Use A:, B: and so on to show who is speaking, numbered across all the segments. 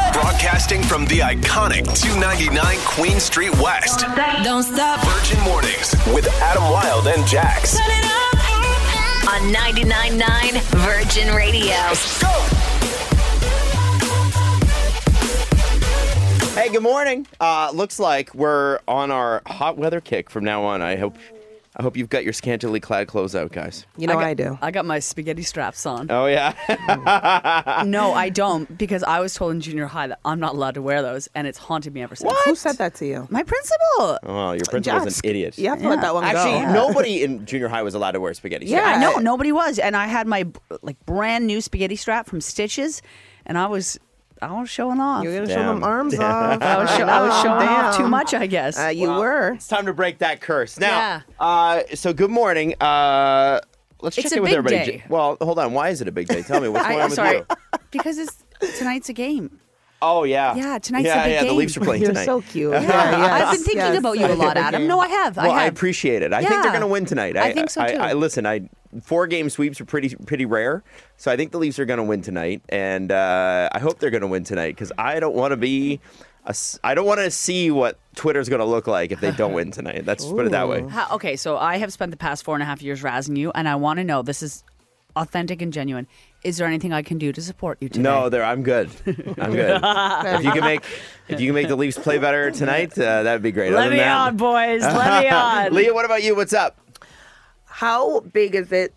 A: Broadcasting from the iconic 299 Queen Street West.
B: Don't stop.
A: Virgin Mornings with Adam Wilde and Jax.
C: on 99.9 Virgin Radio.
D: Hey, good morning. Uh, looks like we're on our hot weather kick from now on. I hope, I hope you've got your scantily clad clothes out, guys.
E: You know
F: I
E: I,
F: got-
E: do.
F: I got my spaghetti straps on.
D: Oh yeah,
F: No, I don't, because I was told in junior high that I'm not allowed to wear those, and it's haunted me ever since.
E: Who said that to you?
F: My principal.
D: well, Oh, your principal's
E: Jax,
D: an idiot.
E: You have to let that one
D: Actually,
E: go.
D: nobody in junior high was allowed to wear spaghetti.
E: Yeah.
F: I know
E: I-
F: nobody was, and I had my like brand new spaghetti strap from Stitches, and I was, I was showing off.
E: You're gonna show
D: Damn.
E: them arms off.
F: I was, show, I was showing off too
E: Damn.
F: much, I guess.
E: Uh, you were.
D: It's time to break that curse. Now,
F: Yeah.
D: uh, so good morning. Uh, let's
F: It's
D: check
F: a
D: in with
F: big
D: everybody.
F: day.
D: J- Well, hold on. Why is it a big day? Tell me what's
F: I,
D: going on
F: am
D: with
F: sorry,
D: you.
F: because it's tonight's a game.
D: Oh yeah.
F: Yeah, tonight's
D: yeah,
F: a big
D: yeah. The
F: game.
D: Leafs are playing
E: You're
D: tonight.
E: so cute. Yeah,
F: I've been
E: yes,
F: thinking
E: yes.
F: about you a lot, Adam. No, I have.
D: Well,
F: I
D: I,
F: have.
D: appreciate it. I think they're
F: Yeah.
D: going to win tonight.
F: I think so,
D: I,
F: too.
D: I, listen. I four game sweeps are pretty pretty rare, so I think the Leafs are going to win tonight, and uh, I hope they're going to win tonight because I don't want to be. a s- I don't want to see what Twitter's going to look like if they don't win tonight. Let's put it that way.
F: How, okay, so I have spent the past four and a half years razzing you, and I want to know this is authentic and genuine. Is there anything I can do to support you today?
D: No, there. I'm good. I'm good. if you can make if you can make the Leafs play better tonight, uh, that'd be great. Other
F: Let
D: than
F: me
D: that-
F: on, boys. Let me on.
D: Leah, what about you? What's up?
E: How big is it?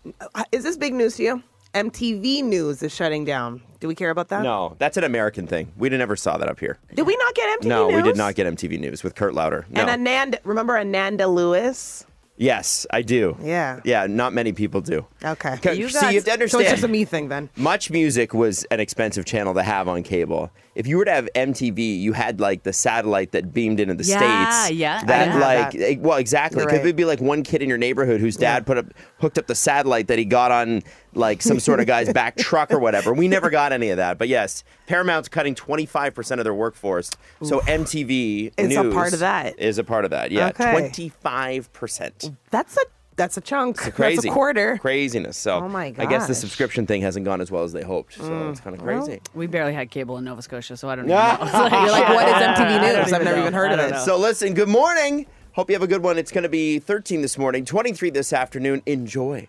E: Is this big news to you? MTV News is shutting down. Do we care about that?
D: No, that's an American thing. We never saw that up here.
E: Did we not get MTV
D: No,
E: News?
D: we did not get MTV News with Kurt Louder. No.
E: And Ananda, remember Ananda Lewis?
D: Yes, I do.
E: Yeah.
D: Yeah, not many people do.
E: Okay.
D: Okay,
F: You
D: see,
F: guys-
D: you have to
E: So it's
D: understand.
E: just a me thing then.
D: much music was an expensive channel to have on cable. If you were to have MTV, you had like the satellite that beamed into the
F: Yeah,
D: states.
F: yeah, I
D: That
F: didn't
E: have
D: like, eh, well, exactly.
E: You're
D: Because
E: right.
D: it'd be like one kid in your neighborhood whose dad put up, hooked up the satellite that he got on like some sort of guy's back truck or whatever. We never got any of that. But yes, Paramount's cutting 25% of their workforce. So MTV
E: It's a
D: News
E: part of that.
D: Is a part of that. Yeah,
E: Okay.
D: 25%.
E: That's a that's a chunk.
D: Crazy.
E: That's a quarter.
D: Craziness. So
E: Oh my
D: I guess the
E: gosh. Mm,
D: subscription thing hasn't gone as well as they hoped. So it's kind of crazy.
F: We barely had cable in Nova Scotia, so I don't know.
E: You're like, what is MTV News? I've never even heard of it.
D: So listen, good morning. Hope you have a good one. It's going to be 13 this morning, 23 this afternoon. Enjoy.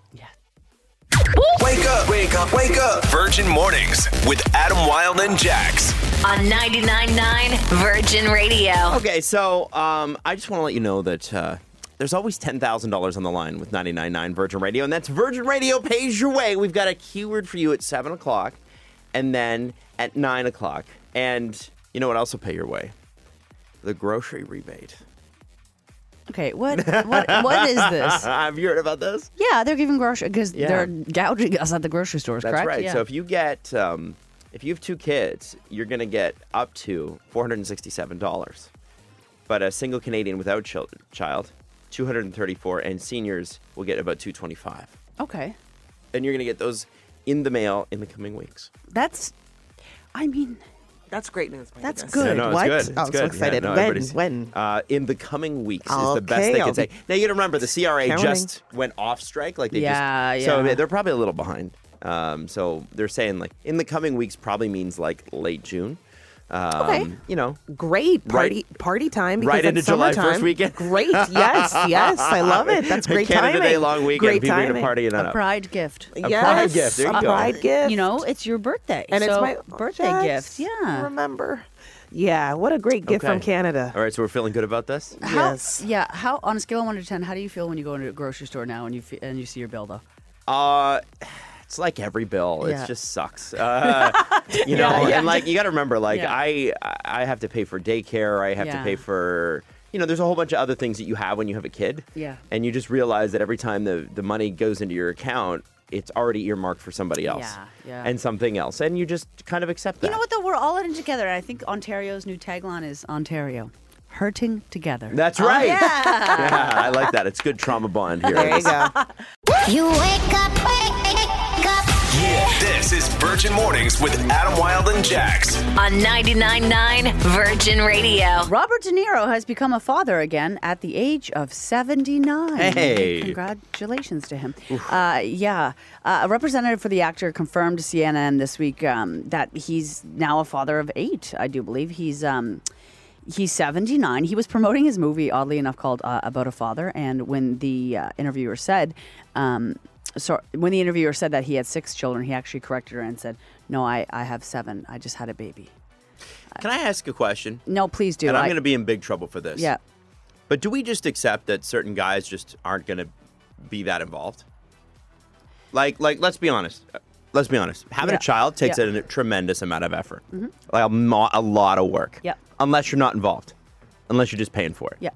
A: Wake up, wake up, wake up. Virgin Mornings with Adam Wilde and Jax.
C: On 99.9 Virgin Radio.
D: Okay, so um, I just want to let you know that uh, there's always $10,000 on the line with 99.9 Virgin Radio, and that's Virgin Radio Pays Your Way. We've got a keyword for you at 7 o'clock and then at 9 o'clock. And you know what else will pay your way? The grocery rebate.
F: Okay, what, what what is this?
D: Uh, Have you heard about this?
F: Yeah, they're giving grocery because
D: Yeah.
F: they're gouging us at the grocery stores,
D: That's
F: correct?
D: right.
F: Yeah.
D: So if you get, um, if you have two kids, you're going to get up to four hundred and sixty-seven dollars. But a single Canadian without chil- child, two hundred and thirty-four, and seniors will get about two twenty-five.
F: okay,
D: And you're going to get those in the mail in the coming weeks.
F: that's. I mean,
E: That's great news. my
F: That's
E: goodness.
F: good.
D: no,
E: what?
D: It's good. It's
E: oh, I'm
D: good.
E: so
D: Yeah,
E: excited.
D: no,
E: when?
D: everybody's-
E: When?
D: Uh, in the coming weeks is the best
E: Okay,
D: they can
E: I'll
D: say.
E: be
D: Now you got to remember the CRA
E: counting.
D: just went off strike, like they
F: Yeah,
D: just
F: yeah.
D: so they're probably a little behind. Um, so they're saying like in the coming weeks probably means like late June. Um,
F: Okay.
D: You know,
E: Great
D: Right-
E: party party time because
D: right
E: it's
D: into July
E: summertime.
D: 1st weekend.
E: Great, yes, yes, I love it. That's great
D: Canada
E: timing.
D: Day long weekend.
E: Great
D: people are
E: timing.
D: gonna party it
F: a
D: up.
F: pride gift.
E: Yes,
D: pride gift. There
E: a
D: you go.
E: pride gift.
F: You know, it's your birthday,
E: and
F: so
E: it's my
F: birthday
E: Yes,
F: gift. Yeah.
E: remember? Yeah, what a great gift from
D: Okay.
E: Canada.
D: All right, so we're feeling good about this.
F: How,
E: Yes.
F: Yeah. How on a scale of one to ten, how do you feel when you go into a grocery store now and you fe- and you see your bill though?
D: Uh, it's like every bill.
F: Yeah.
D: It just sucks. Uh, you know,
F: yeah.
D: and like you got to remember, like
F: Yeah.
D: I, I have to pay for daycare. I have
F: Yeah.
D: to pay for. You know, there's a whole bunch of other things that you have when you have a kid.
F: Yeah.
D: And you just realize that every time the, the money goes into your account, it's already earmarked for somebody else.
F: Yeah, yeah.
D: And something else. And you just kind of accept that.
F: You know what though? We're all in it together. I think Ontario's new tagline is Ontario, hurting together.
D: That's right. yeah. I like that. It's good trauma bond here.
E: There you go.
G: You wake up, wake up.
A: This is Virgin Mornings with Adam Wilde and Jax.
C: on 99.9 Virgin Radio.
F: Robert De Niro has become a father again at the age of 79.
D: Hey.
F: Congratulations to him. Uh, yeah. Uh, a representative for the actor confirmed to CNN this week um, that he's now a father of eight, I do believe. He's. Um, He's 79. He was promoting his movie, oddly enough, called uh, About a Father. And when the uh, interviewer said, um, so when the interviewer said that he had six children, he actually corrected her and said, No, I, I have seven. I just had a baby.
D: Can I ask a question?
F: No, please do.
D: And I'm
F: I-
D: going to be in big trouble for this.
F: Yeah.
D: But do we just accept that certain guys just aren't going to be that involved? Like, like, let's be honest. Let's be honest. Having
F: Yeah.
D: a child takes
F: Yeah. Mm-hmm.
D: a tremendous amount of effort, like a, mo- a lot of work.
F: Yep.
D: Unless you're not involved, unless you're just paying for it.
F: Yeah.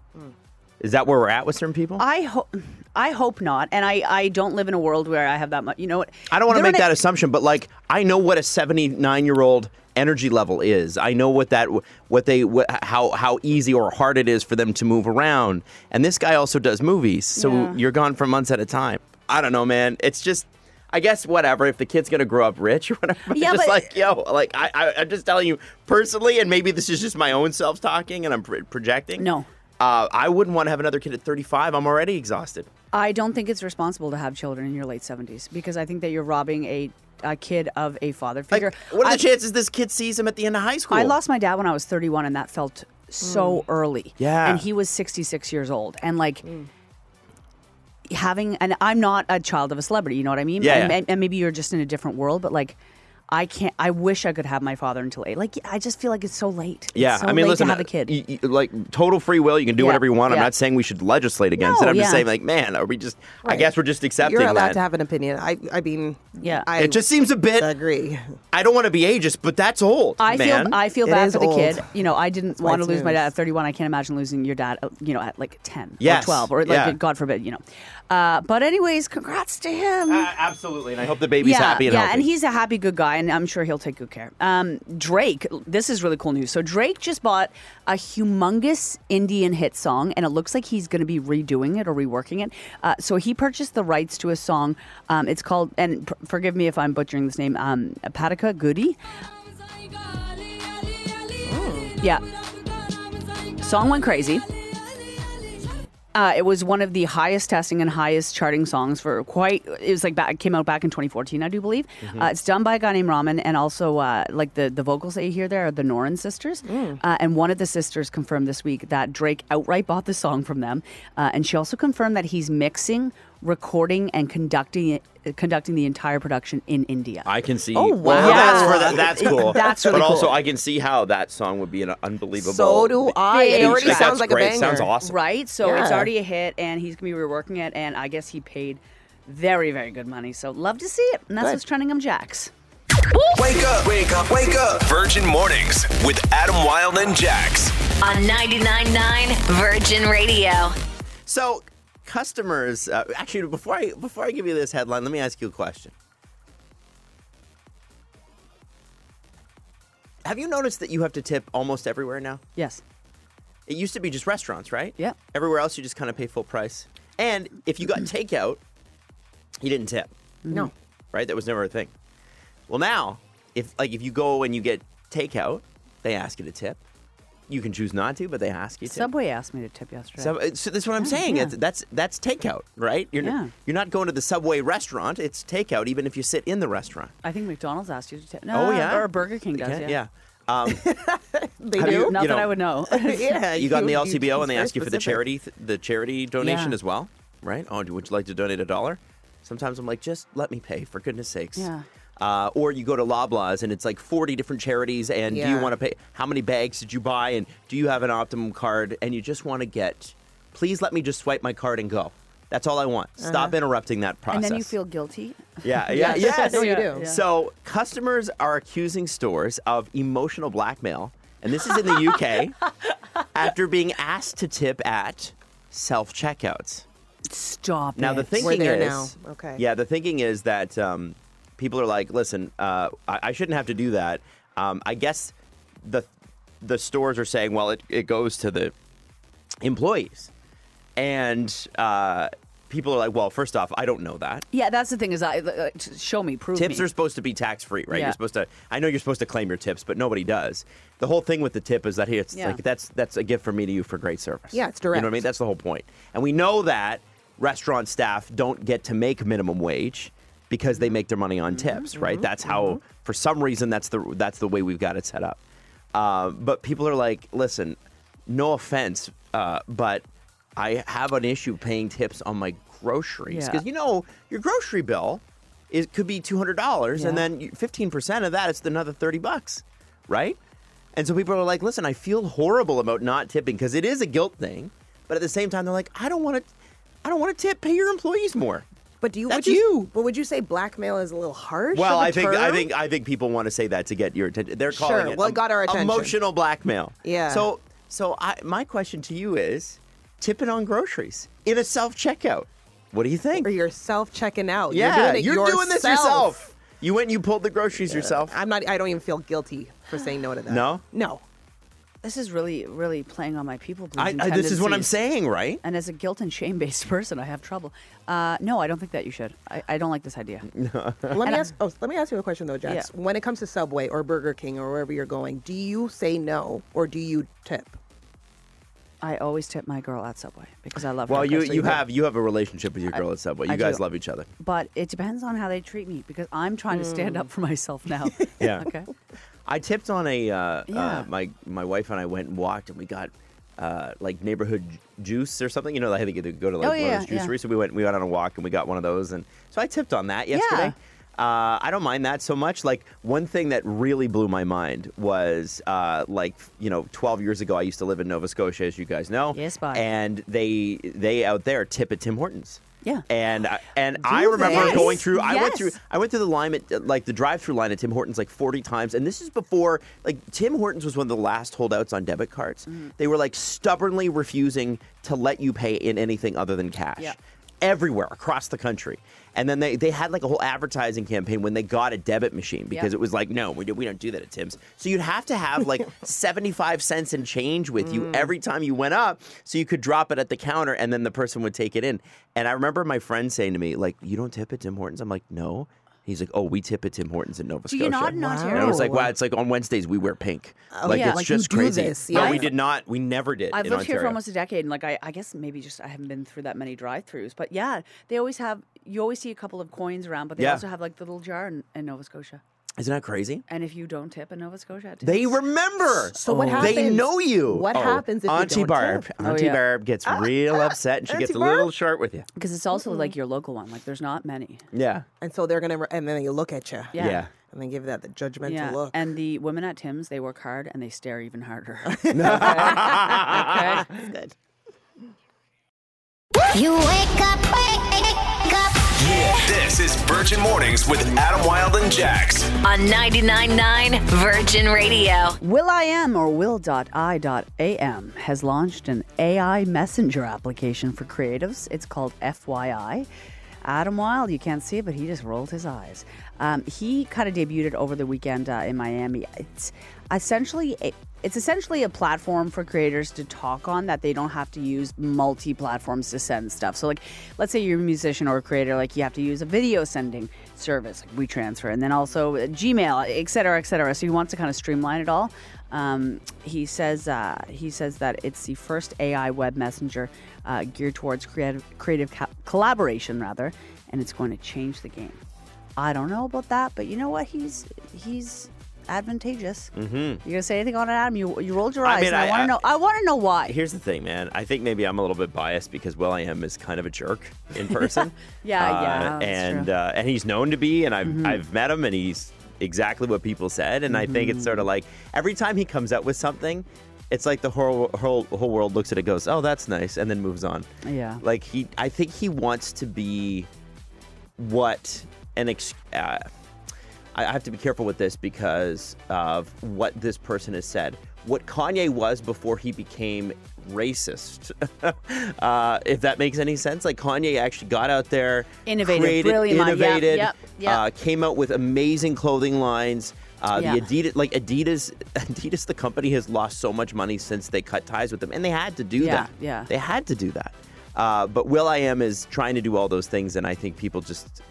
D: Is that where we're at with certain people?
F: I hope I hope not, and I I don't live in a world where I have that much. You know what?
D: I don't want to
F: They're
D: make
F: in a-
D: that assumption, but like I know what a 79 year old energy level is. I know what that what they what, how how easy or hard it is for them to move around. And this guy also does movies, so
F: Yeah.
D: you're gone for months at a time. I don't know, man. It's just. I guess whatever if the kid's gonna grow up rich or whatever.
F: Yeah, but-
D: just like yo, like I, I, I'm just telling you personally, and maybe this is just my own self talking and I'm pr- projecting.
F: No.
D: uh, I wouldn't want to have another kid at 35. I'm already exhausted.
F: I don't think it's responsible to have children in your late seventies because I think that you're robbing a, a kid of a father
D: Like,
F: figure.
D: what are the
F: I,
D: chances this kid sees him at the end of high school?
F: I lost my dad when I was 31, and that felt so early.
D: Yeah.
F: and he was 66 years old, and like. Having and I'm not a child of a celebrity, you know what I mean?
D: Yeah,
F: and,
D: yeah.
F: and- and maybe you're just in a different world, but like, I can't. I wish I could have my father until eight. Like, I just feel like it's so late. It's
D: Yeah,
F: so
D: I mean,
F: late
D: listen,
F: to
D: uh,
F: have a kid.
D: y- y- like total free will, you can do
F: Yeah,
D: whatever you want. I'm
F: yeah.
D: not saying we should legislate against
F: No,
D: it. I'm just
F: yeah.
D: saying, like, man, are we just? I guess we're just accepting
E: You're allowed
D: that.
E: to have an opinion. I, I mean,
F: Yeah.
E: I
D: it just seems a bit.
E: agree.
D: I don't want to be ageist, but that's old,
F: I
D: man.
F: feel I feel
E: It
F: bad
E: is
F: for the
E: old.
F: kid. You know, I didn't
E: why
F: want to
E: it's
F: lose my dad
E: news.
F: at 31. I can't imagine losing your dad, uh, you know, at like 10 or
D: Yes,
F: 12 or like
D: yeah.
F: God forbid, you know. Uh, but anyways, congrats to him.
E: Ah.
D: Uh, absolutely, and I hope the baby's
F: yeah,
D: happy and
F: yeah,
D: healthy.
F: and he's a happy good guy, and I'm sure he'll take good care. Um, Drake, this is really cool news. So Drake just bought a humongous Indian hit song, and it looks like he's going to be redoing it or reworking it. Uh, so he purchased the rights to a song. Um, it's called, and pr- forgive me if I'm butchering this name, um, Patika Goody. Yeah. Song went crazy. Uh, it was one of the highest testing and highest charting songs for quite. It was like back, came out back in 2014, I do believe. Uh, it's done by a guy named Raman, and also uh, like the the vocals that you hear there are the Norin sisters. Uh, and one of the sisters confirmed this week that Drake outright bought the song from them, uh, and she also confirmed that he's mixing, recording, and conducting it, conducting the entire production in India.
D: I can see.
E: Oh,
D: Well,
E: wow.
D: that's,
F: Yeah.
D: where that, that's cool.
F: That's really
D: But also,
F: cool.
D: I can see how that song would be an unbelievable.
E: So do I. It
F: Yeah,
E: already
D: Like,
E: sounds
D: that's
E: like
D: great.
E: a banger.
D: Sounds awesome.
F: Right? So it's
E: Yeah.
F: already a hit, and he's going to be reworking it, and I guess he paid very, very good money. So love to see it. And that's what's trending on Jax.
A: Wake up, wake up, wake up. Virgin Mornings with Adam Wilde and Jax.
C: On 99.9 Virgin Radio.
D: So, customers. Uh, actually, before I before I give you this headline, let me ask you a question. Have you noticed that you have to tip almost everywhere now?
F: Yes.
D: It used to be just restaurants, right?
F: Yeah.
D: Everywhere else, you just kind of pay full price. And if you got takeout, you didn't tip,
E: No.
D: right? That was never a thing. Well, now, if like if you go and you get takeout, they ask you to tip. You can choose not to, but they ask you to.
F: Subway asked me to tip yesterday.
D: So, uh, so that's what I'm
F: Yeah,
D: saying.
F: yeah.
D: It's- That's that's takeout, right? You're
F: Yeah.
D: you're not going to the Subway restaurant. It's takeout, even if you sit in the restaurant.
F: I think McDonald's asked you to tip. No,
D: oh yeah,
F: Or Burger King does.
D: Okay,
F: Yeah.
D: Um,
E: They
D: Have
E: do.
D: you-
F: Not that
D: know,
F: I would know.
E: yeah.
D: you got in the
E: you-
D: LCBO
E: it's
D: and they
E: very
D: ask you for the
E: specific.
D: charity th- the charity donation
F: Yeah.
D: as well, right? Oh, do- would you like to donate a dollar? Sometimes I'm like, just let me pay for goodness sakes.
F: Yeah.
D: Uh, or you go to Loblaws and it's like 40 different charities and do you
E: Yeah.
D: want to pay? How many bags did you buy and do you have an Optimum card and you just want to get? Please let me just swipe my card and go. That's all I want. Stop interrupting that process.
F: Uh-huh. and then you feel guilty.
D: Yeah, yeah,
E: Yes.
D: yes.
E: No, you do. Yeah.
D: So customers are accusing stores of emotional blackmail, and this is in the UK after being asked to tip at self checkouts.
F: Stop
D: Now the
F: it.
D: thinking
E: there
D: is,
E: now. Okay.
D: yeah, the thinking is that um, people are like, listen, uh, I-, I shouldn't have to do that. Um, I guess the the stores are saying, well, it, it goes to the employees, and uh, people are like, well, first off, I don't know that.
F: Yeah, that's the thing is, I uh, t- show me, prove
D: Tips
F: me.
D: are supposed to be tax free, right?
F: Yeah.
D: You're supposed to. I know you're supposed to claim your tips, but nobody does. The whole thing with the tip is that hey, it's
F: Yeah.
D: like that's that's a gift from me to you for great service.
E: Yeah, it's
D: You know what I mean?
E: direct.
D: That's the whole point. And we know that restaurant staff don't get to make minimum wage because they make their money
F: Mm-hmm.
D: on tips, right? That's how, for some reason, that's the that's the way we've got it set up. Uh, but people are like, listen, no offense, uh, but I have an issue paying tips on my groceries
F: Yeah.
D: because you know your grocery bill is could be two hundred dollars, and
F: Yeah.
D: then fifteen percent of that it's another thirty bucks, right? And so people are like, listen, I feel horrible about not tipping because it is a guilt thing, but at the same time they're like, I don't want to, I don't want to tip. Pay your employees more.
E: But do you?
D: That's
E: would you,
D: you.
E: But would you say blackmail is a little harsh?
D: Well,
E: of a
D: I think I
E: term?
D: think I think people want to say that to get your attention. They're calling
E: Sure,
D: it
E: well, it
D: em-
E: got our attention.
D: emotional blackmail.
E: Yeah.
D: So so I, my question to you is, tipping on groceries in a self checkout. What do you think?
E: Or you're self checking out.
D: yeah,
E: you're doing, it
D: this yourself. You went and you pulled the groceries yourself.
E: I'm not. I don't even feel guilty for saying no to that.
D: No?
E: No.
F: this is really, really playing on my people
D: I,
F: pleasing
D: I, this is what I'm
F: tendencies.
D: saying, right?
F: And as a guilt and shame based person, I have trouble. Uh, no, I don't think that you should. I, I don't like this idea.
E: Let me ask. Oh, let me ask you a question though, Jax.
F: Yeah.
E: When it comes to Subway or Burger King or wherever you're going, do you say no or do you tip?
F: I always tip my girl at Subway because I love her.
D: Well, you
F: Okay, so
D: you have you have a relationship with your girl at Subway. You
F: I
D: guys
F: do.
D: love each other.
F: But it depends on how they treat me because I'm trying to stand up for myself now.
D: Yeah.
F: Okay.
D: I tipped on a uh, uh,
F: Yeah.
D: my my wife and I went and walked and we got uh, like neighborhood ju- juice or something. You know, I think you go to like
F: Oh,
D: one
F: yeah,
D: of those
F: yeah.
D: juiceries. So we went we went on a walk and we got one of those and so I tipped on that yesterday. Uh, I don't mind that so much. Like one thing that really blew my mind was uh, like you know, 12 years ago I used to live in Nova Scotia, as you guys know.
F: Yes, bye.
D: And they they out there tip at Tim Hortons.
F: Yeah.
D: And I- and I remember
F: they?
D: going through. I went
F: Yes.
D: through. I went through the line at like the drive-through line at Tim Hortons like 40 times, and this is before like Tim Hortons was one of the last holdouts on debit cards. They were like stubbornly refusing to let you pay in anything other than cash.
F: Yeah.
D: Everywhere across the country, and then they, they had like a whole advertising campaign when they got a debit machine because
F: Yeah.
D: it was like no we, do, we don't do that at Tim's. So you'd have to have like seventy five cents in change with
F: Mm.
D: you every time you went up, so you could drop it at the counter and then the person would take it in. And I remember my friend saying to me like, "You don't tip at Tim Hortons?" I'm like, "No." He's like, "Oh, we tip at Tim Hortons in Nova
F: Do
D: Scotia."
F: you not in
E: Wow.
F: Ontario? Oh,
D: And I was like,
E: No.
D: wow, it's like on Wednesdays we wear pink. like
F: yeah.
D: it's
F: Like,
E: you
D: just
E: do
D: crazy.
E: this,
D: No,
E: yeah.
D: we did not. We never did.
F: I've
D: in
F: lived here for
D: Ontario.
F: almost a decade, and like I, I guess maybe just I haven't been through that many drive-throughs. But yeah, they always have. You always see a couple of coins around, but they
D: Yeah.
F: also have like the little jar in, in Nova Scotia.
D: Isn't that crazy?
F: And if you don't tip in Nova Scotia, it
D: They
F: tips.
D: remember.
E: So what
D: They
E: happens-
D: know you.
E: what happens if you
D: Auntie
E: don't
D: Barb?
E: tip?
D: Auntie
F: Oh, yeah.
D: Barb gets real upset and she gets
E: Ah. Auntie
D: a little
E: Barb?
D: short with you.
F: because it's also like your local one. Like there's not many.
D: Yeah.
E: And so they're gonna, re- and then they look at you.
F: Yeah.
D: Yeah.
E: And then give that the judgmental
F: yeah,
E: look.
F: and the women at Tim's they work hard and they stare even harder.
E: Ah. good.
B: You wake up, wake up.
A: This is Virgin Mornings with Adam Wilde and Jax.
C: On 99.9 Virgin Radio.
F: Will I Am or Will.i.am has launched an AI messenger application for creatives. It's called FYI. Adam Wilde, you can't see it, but he just rolled his eyes. Um, he kind of debuted it over the weekend uh, in Miami. It's essentially a, it's essentially a platform for creators to talk on that they don't have to use multi platforms to send stuff. So, like, let's say you're a musician or a creator, like you have to use a video sending service like WeTransfer, and then also uh, Gmail, et cetera, et cetera. So he wants to kind of streamline it all. Um, he says uh, he says that it's the first AI web messenger uh, geared towards creative creative co- collaboration, rather, and it's going to change the game. I don't know about that, but you know what? He's he's advantageous. Mm-hmm. You gonna say anything on it, Adam? You you rolled your
D: I
F: eyes.
D: mean,
F: and I,
D: I-
F: want
D: I-
F: to know. I want to know why.
D: Here's the thing, man. I think maybe I'm a little bit biased because Will I Am is kind of a jerk in person. Uh,
F: Yeah, yeah, that's
D: and
F: true.
D: Uh, and he's known to be, and I've
E: Mm-hmm.
D: I've met him, and he's exactly what people said. And I think it's sort of like
E: Mm-hmm.
D: every time he comes out with something, it's like the whole whole whole world looks at it, goes, "Oh, that's nice," and then moves on.
F: Yeah.
D: Like he, I think he wants to be what an ex. Uh, I I have to be careful with this because of what this person has said. What Kanye was before he became racist, uh, if that makes any sense. Like Kanye actually got out there,
F: Innovated,
D: created,
F: brilliant mind. Yep,
D: innovated,
F: yep, yep.
D: Uh, came out with amazing clothing lines. Uh,
F: Yeah.
D: The Adidas, like Adidas, Adidas, the company has lost so much money since they cut ties with them, and they had to do
F: Yeah,
D: that.
F: yeah.
D: they had to do that. Uh, but Will I Am is trying to do all those things, and I think people just,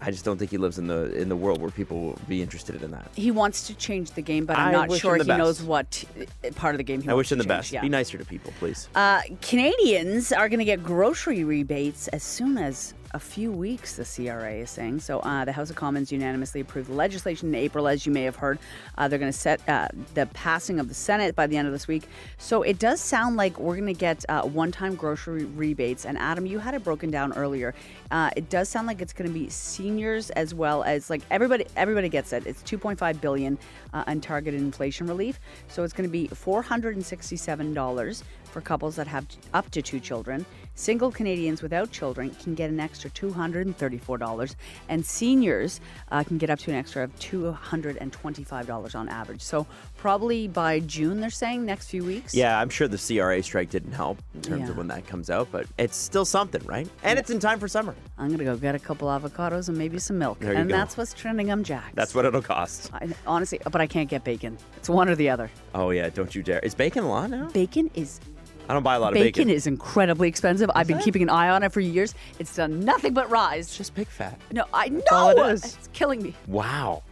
D: I just don't think he lives in the in the world where people will be interested in that.
F: He wants to change the game, but I'm
D: I
F: not
D: wish
F: sure
D: him
F: he
D: the best.
F: knows what uh, part of the game he
D: I
F: wants
D: wish him
F: to
D: the
F: change.
D: best.
F: Yeah.
D: Be nicer to people, please.
F: Uh, Canadians are going to get grocery rebates as soon as a few weeks, the CRA is saying. So, uh, the House of Commons unanimously approved the legislation in April, as you may have heard. Uh, they're going to set uh, the passing of the Senate by the end of this week. So, it does sound like we're going to get uh, one time grocery rebates. And, Adam, you had it broken down earlier. Uh, it does sound like it's going to be seniors as well as like everybody everybody gets it. It's 2.5 billion uh, on targeted inflation relief. So it's going to be $467 for couples that have up to two children. Single Canadians without children can get an extra $234 and seniors uh, can get up to an extra of $225 on average. So probably by June they're saying next few weeks.
D: Yeah, I'm sure the CRA strike didn't help in terms
F: Yeah.
D: of when that comes out, but it's still something, right? And it's in time for summer.
F: I'm going to go get a couple avocados and maybe some milk.
D: There you
F: and
D: go.
F: that's what's trending on Jack's.
D: That's what it'll cost.
F: I, honestly, but I can't get bacon. It's one or the other.
D: Oh yeah, don't you dare. Is bacon a lot now?
F: Bacon is
D: I don't buy a lot
F: bacon,
D: of bacon.
F: is incredibly expensive. I've been keeping an eye on it for years. It's done nothing but rise.
D: just pig fat.
F: No, I know
D: all it is.
F: It's killing me.
D: Wow.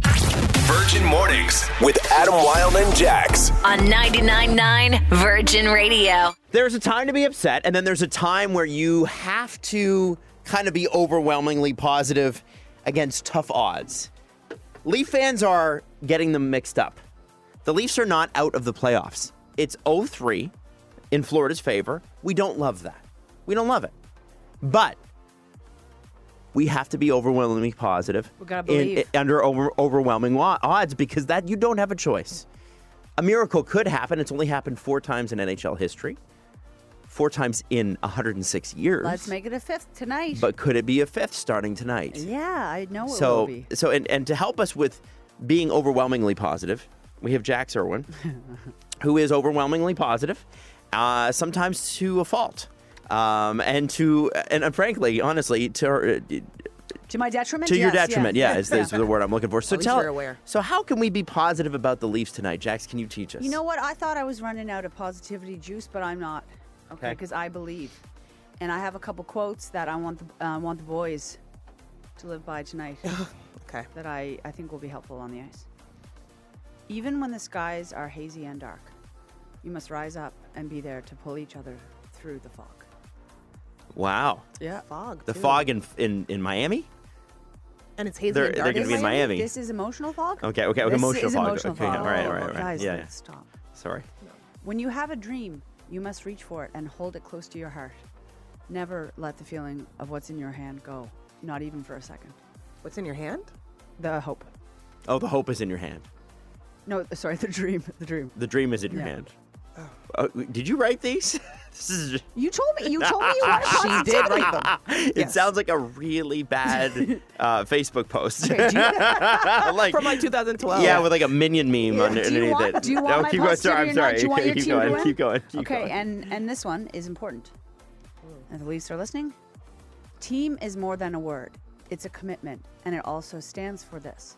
A: Virgin Mornings with Adam Wilde and Jax.
C: On 99.9 Virgin Radio.
D: There's a time to be upset, and then there's a time where you have to kind of be overwhelmingly positive against tough odds. Leaf fans are getting them mixed up. The Leafs are not out of the playoffs. It's 0 3 in Florida's favor. We don't love that. We don't love it. But we have to be overwhelmingly positive
F: We gotta
D: in-
F: believe.
D: under over, overwhelming wa- odds because that you don't have a choice. A miracle could happen. It's only happened four times in NHL history, four times in 106 years.
F: Let's make it a fifth tonight.
D: but could it be a fifth starting tonight?
F: yeah, I know it will
D: so,
F: be.
D: so and, and to help us with being overwhelmingly positive, we have Jax Irwin, who is overwhelmingly positive, uh, sometimes to a fault, um, and to and uh, frankly, honestly, to her, uh,
F: To my detriment.
D: to your
F: Yes,
D: detriment. Yeah, is, is the word I'm looking for. So
E: least
D: tell
E: we're aware.
D: So how can we be positive about the Leafs tonight, Jax? Can you teach us?
F: You know what? I thought I was running out of positivity juice, but I'm not. Okay,
D: Okay.
F: because I believe, and I have a couple quotes that I want the uh, want the boys to live by tonight.
E: Okay.
F: that I, I think will be helpful on the ice. Even when the skies are hazy and dark, you must rise up and be there to pull each other through the fog.
D: Wow,
E: Yeah. Fog.
D: the
E: too.
D: fog in in, in Miami.
E: And it's hazy
D: They're-
E: and
D: they're
E: dark.
D: gonna
E: in
D: be in
E: Miami.
D: Miami.
F: This is emotional fog?
D: Okay, okay, okay,
F: This
D: emotional
F: is
D: fog.
F: emotional
D: Okay,
F: fog.
D: yeah, all right, all right, all right.
F: Guys,
D: Yeah,
F: let's
D: yeah.
F: stop.
D: Sorry.
F: When you have a dream, you must reach for it and hold it close to your heart. Never let the feeling of what's in your hand go, not even for a second.
E: What's in your hand?
F: The hope.
D: Oh, the hope is in your hand.
F: No, sorry, the dream. The dream.
D: The dream is in your
F: Yeah.
D: hand. Oh, did you write these? this is.
F: You told me. You told me you wanted
E: She did write them.
D: It sounds like a really bad uh, Facebook post.
F: Okay, do you, oh.
D: like,
E: From like 2012.
D: yeah, with like a minion meme
F: Yeah.
D: underneath
F: do you want,
D: it.
F: Do you
D: No,
F: want my
D: keep going.
F: positivity
D: Sorry,
F: or
D: I'm
F: not?
D: sorry.
F: Do you want your
D: keep,
F: team
D: going,
F: to win?
D: keep going. Keep
F: okay,
D: going.
F: and and this one is important.
D: Hmm.
F: And the Leafs are listening. Team is more than a word; it's a commitment, and it also stands for this: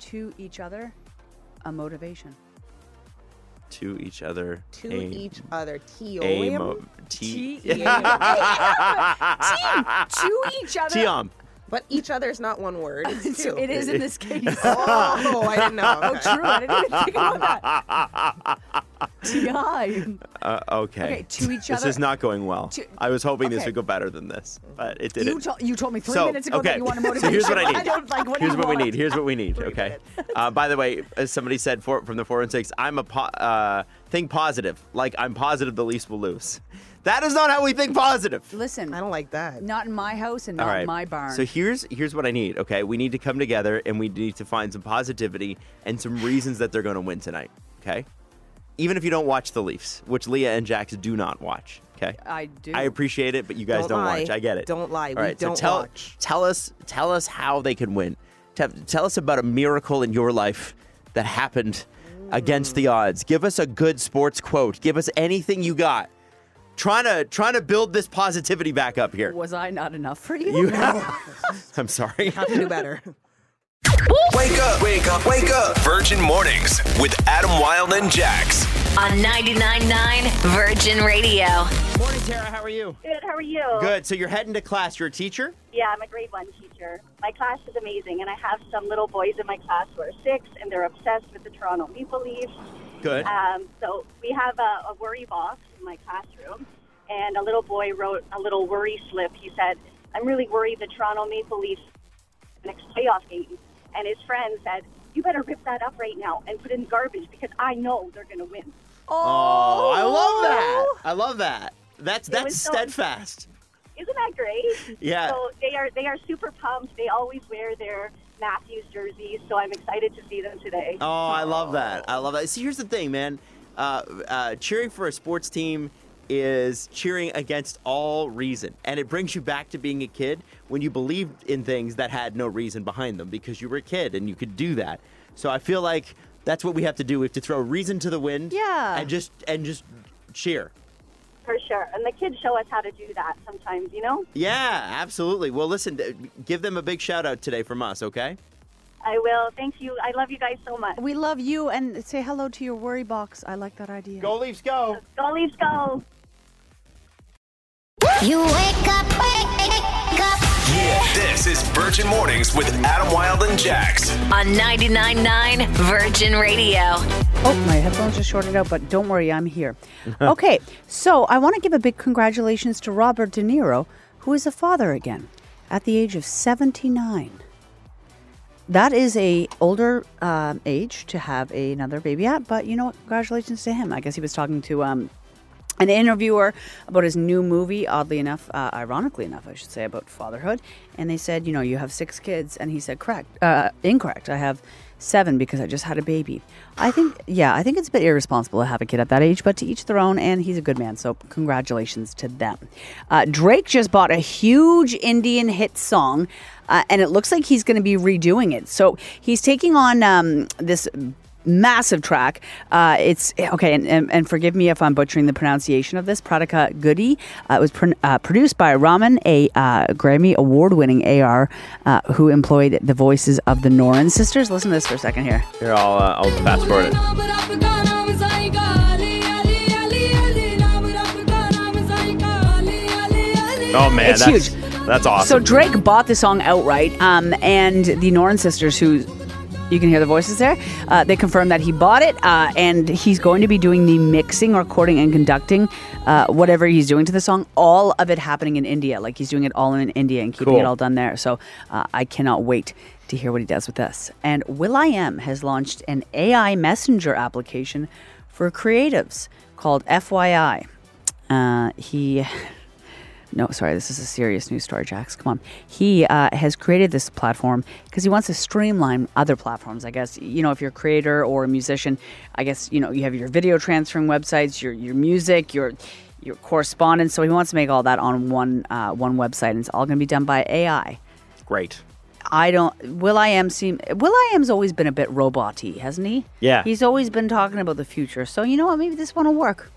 F: to each other, a motivation.
D: to each other.
E: To
D: a,
E: each other. T O
D: a
E: M.
D: mo- T.
F: Team
D: Ah,
F: to each other.
D: Tiam.
E: But each other is not one word. It's two.
F: It is in this case.
E: Oh, I didn't know. Okay.
F: True, I didn't even think about that. Ti.
D: Uh, okay.
F: Okay, to each
D: This
F: other-
D: is not going well.
F: To-
D: I was hoping this
F: okay.
D: would go better than this, but it didn't.
F: You, told you told me three
D: So,
F: minutes ago that
D: okay.
F: you wanted
D: So
F: motivation.
D: here's what I need.
F: don't, like, what do
D: Here's
F: you
D: what we
F: want?
D: need. Here's what we need. Okay. Uh, by the way, as somebody said for, from the four and six, I'm a po- uh, think positive. Like I'm positive the Leafs will lose. That is not how we think positive.
F: Listen,
E: I don't like that.
F: Not in my house and
D: All
F: not
D: right.
F: in my barn.
D: So here's here's what I need. Okay, we need to come together and we need to find some positivity and some reasons that they're going to win tonight. Okay. Even if you don't watch the Leafs, which Leah and Jax do not watch. Okay.
F: I do.
D: I appreciate it, but you guys
E: Don't
D: don't,
E: lie.
D: watch. I get it.
E: Don't lie. We
D: All right,
E: don't
D: so tell,
E: watch.
D: Tell us, tell us how they can win. Te- Tell us about a miracle in your life that happened against the odds. Give us a good sports quote. Give us anything you got. Trying to trying to build this positivity back up here.
F: was I not enough for you?
D: You I'm sorry.
E: Have to do better.
A: Wake up, wake up, wake up. Virgin Mornings with Adam Wilde and Jax.
C: on 99.9 Virgin Radio.
D: Morning, Tara. How are you?
G: Good. How are you?
D: Good. So you're heading to class. You're a teacher?
G: Yeah, I'm a grade one teacher. My class is amazing, and I have some little boys in my class who are six, and they're obsessed with the Toronto Maple Leafs.
D: Good.
G: Um, so we have a, a worry box in my classroom, and a little boy wrote a little worry slip. He said, "I'm really worried the Toronto Maple Leafs next playoff game," and his friend said, "You better rip that up right now and put it in garbage because I know they're going to win."
D: Oh, I love that. I love that. That's that's
G: was so-
D: steadfast.
G: Isn't that great?
D: Yeah.
G: So they are they are super pumped. They always wear their Matthews jerseys, so I'm excited to see them today.
D: Oh, I love that. I love that. See, here's the thing, man. Uh, uh, cheering for a sports team is cheering against all reason, and it brings you back to being a kid when you believed in things that had no reason behind them because you were a kid and you could do that. So I feel like that's what we have to do. We have to throw reason to the wind.
F: Yeah.
D: And just and just cheer.
G: For sure. And the kids show us how to do that sometimes, you know?
D: Yeah, absolutely. Well, listen, th- give them a big shout out today from us, okay?
G: I will. Thank you. I love you guys so much.
F: We love you and say hello to your worry box. I like that idea.
D: Leafs, go!
G: Go Leafs, go!
B: You wake up, wake up.
A: This is Virgin Mornings with Adam Wilde and Jax.
C: On 99.9 Virgin Radio.
F: Oh, my headphones just shorted out, but don't worry, I'm here. okay, so I want to give a big congratulations to Robert De Niro, who is a father again at the age of 79. That is a older um, age to have another baby at, but you know what? Congratulations to him. I guess he was talking to um, an interviewer about his new movie, oddly enough, uh, ironically enough, I should say, about fatherhood. And they said, you know, you have six kids. And he said, correct, uh, incorrect. I have seven because I just had a baby. I think, yeah, I think it's a bit irresponsible to have a kid at that age, but to each their own. And he's a good man. So congratulations to them. Uh, Drake just bought a huge Indian hit song. Uh, and it looks like he's going to be redoing it. So he's taking on um, this massive track. Uh, it's okay, and, and, and forgive me if I'm butchering the pronunciation of this. Pradika Goody. Uh, it was pron uh, produced by Raman, a uh, Grammy award-winning AR uh, who employed the voices of the Norin sisters. Listen to this for a second here.
D: Here, I'll, uh, I'll fast forward it. Oh, man.
F: It's
D: that's,
F: huge.
D: That's awesome.
F: So Drake bought the song outright, um, and the Noren sisters, who you can hear the voices there, uh, they confirmed that he bought it, uh, and he's going to be doing the mixing, recording, and conducting uh, whatever he's doing to the song. All of it happening in India, like he's doing it all in India and keeping it
D: Cool.
F: all done there. So uh, I cannot wait. To hear what he does with this. And Will I Am has launched an AI messenger application for creatives called FYI. Uh, he no, sorry, this is a serious news story, Jax. Come on. He uh, has created this platform because he wants to streamline other platforms, I guess. You know, if you're a creator or a musician, I guess, you know, you have your video transferring websites, your, your music, your your correspondence. So he wants to make all that on one uh, one website, and it's all going to be done by AI.
D: Great.
F: I don't. Will I am seem. Will I am's always been a bit roboty, hasn't he?
D: Yeah.
F: He's always been talking about the future. So you know what? Maybe this one will work.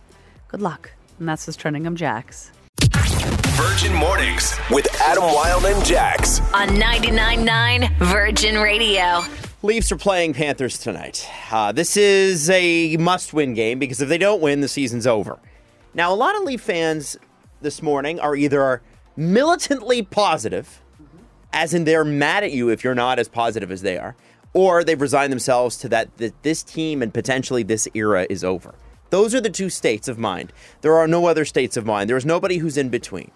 F: Good luck. And that's this Trendingham Jax.
A: Virgin Mornings with Adam Wilde and Jax.
C: On 99.9 Virgin Radio.
D: Leafs are playing Panthers tonight. Uh, this is a must win game because if they don't win, the season's over. Now, a lot of Leaf fans this morning are either militantly positive, as in they're mad at you if you're not as positive as they are, or they've resigned themselves to that, that this team and potentially this era is over. Those are the two states of mind. There are no other states of mind. There is nobody who's in between.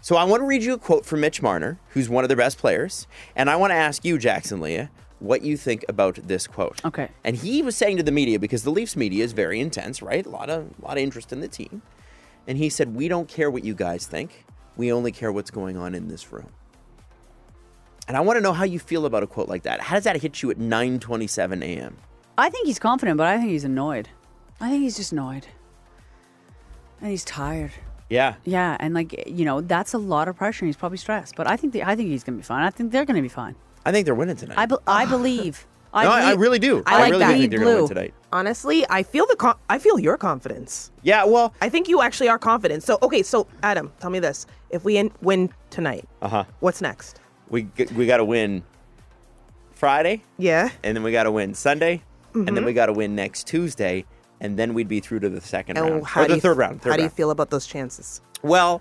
D: So I want to read you a quote from Mitch Marner, who's one of their best players, and I want to ask you, Jackson Leah, what you think about this quote.
F: Okay.
D: And he was saying to the media because the Leafs media is very intense, right? A lot of a lot of interest in the team. And he said, "We don't care what you guys think. We only care what's going on in this room." And I want to know how you feel about a quote like that. How does that hit you at 9:27 a.m.?
F: I think he's confident, but I think he's annoyed. I think he's just annoyed. And he's tired.
D: Yeah.
F: Yeah, and like you know, that's a lot of pressure. and He's probably stressed, but I think the, I think he's gonna be fine. I think they're gonna be fine.
D: I think they're winning tonight.
F: I, be- I believe. I,
D: no, I, I
F: believe-
D: really do.
E: I like
D: really
E: that.
D: do think they're going to win
F: Blue.
D: tonight.
E: Honestly, I feel the con- I feel your confidence.
D: Yeah, well,
E: I think you actually are confident. So okay, so Adam, tell me this: if we in- win tonight, uh-huh. what's next?
D: we g- we got to win Friday.
E: Yeah. Mm-hmm.
D: and then we got to win Sunday, and then we got to win next Tuesday, and then we'd be through to the second
E: And
D: round
E: Oh, how
D: or
E: do
D: the
E: you,
D: third round. Third
E: how do you
D: round.
E: feel about those chances?
D: Well,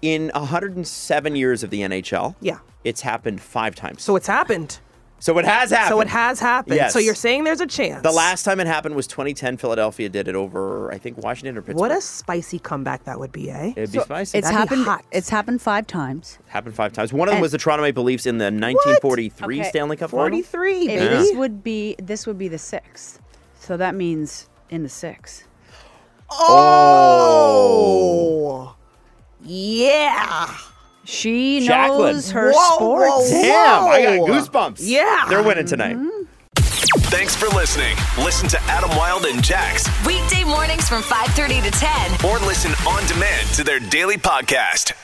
D: in 107 years of the NHL,
E: Yeah.
D: it's happened five times.
E: So it's happened.
D: so it has happened.
E: So it has happened.
D: Yes.
E: So you're saying there's a chance.
D: The last time it happened was 2010. Philadelphia did it over, I think, Washington or Pittsburgh.
E: What a spicy comeback that would be, eh?
D: It'd be spicy.
F: It's
E: That'd be
F: happened.
E: hot.
F: It's happened five times.
D: happened five times. One of them
F: And-
D: was the Toronto Maple Leafs in the 1943
F: Okay.
D: Stanley Cup final.
E: 43,
F: If
E: baby.
F: This would be this would be the sixth. So that means in the six.
E: Oh. Yeah.
F: She
D: Jacqueline.
F: knows her
E: Whoa,
F: sports.
E: whoa,
D: Damn, I
E: Whoa.
D: got goosebumps.
E: Yeah.
D: They're winning tonight.
F: Mm-hmm.
A: Thanks for listening. Listen to Adam Wilde and Jax
C: Weekday mornings from 5:30 to 10.
A: or listen on demand to their daily podcast.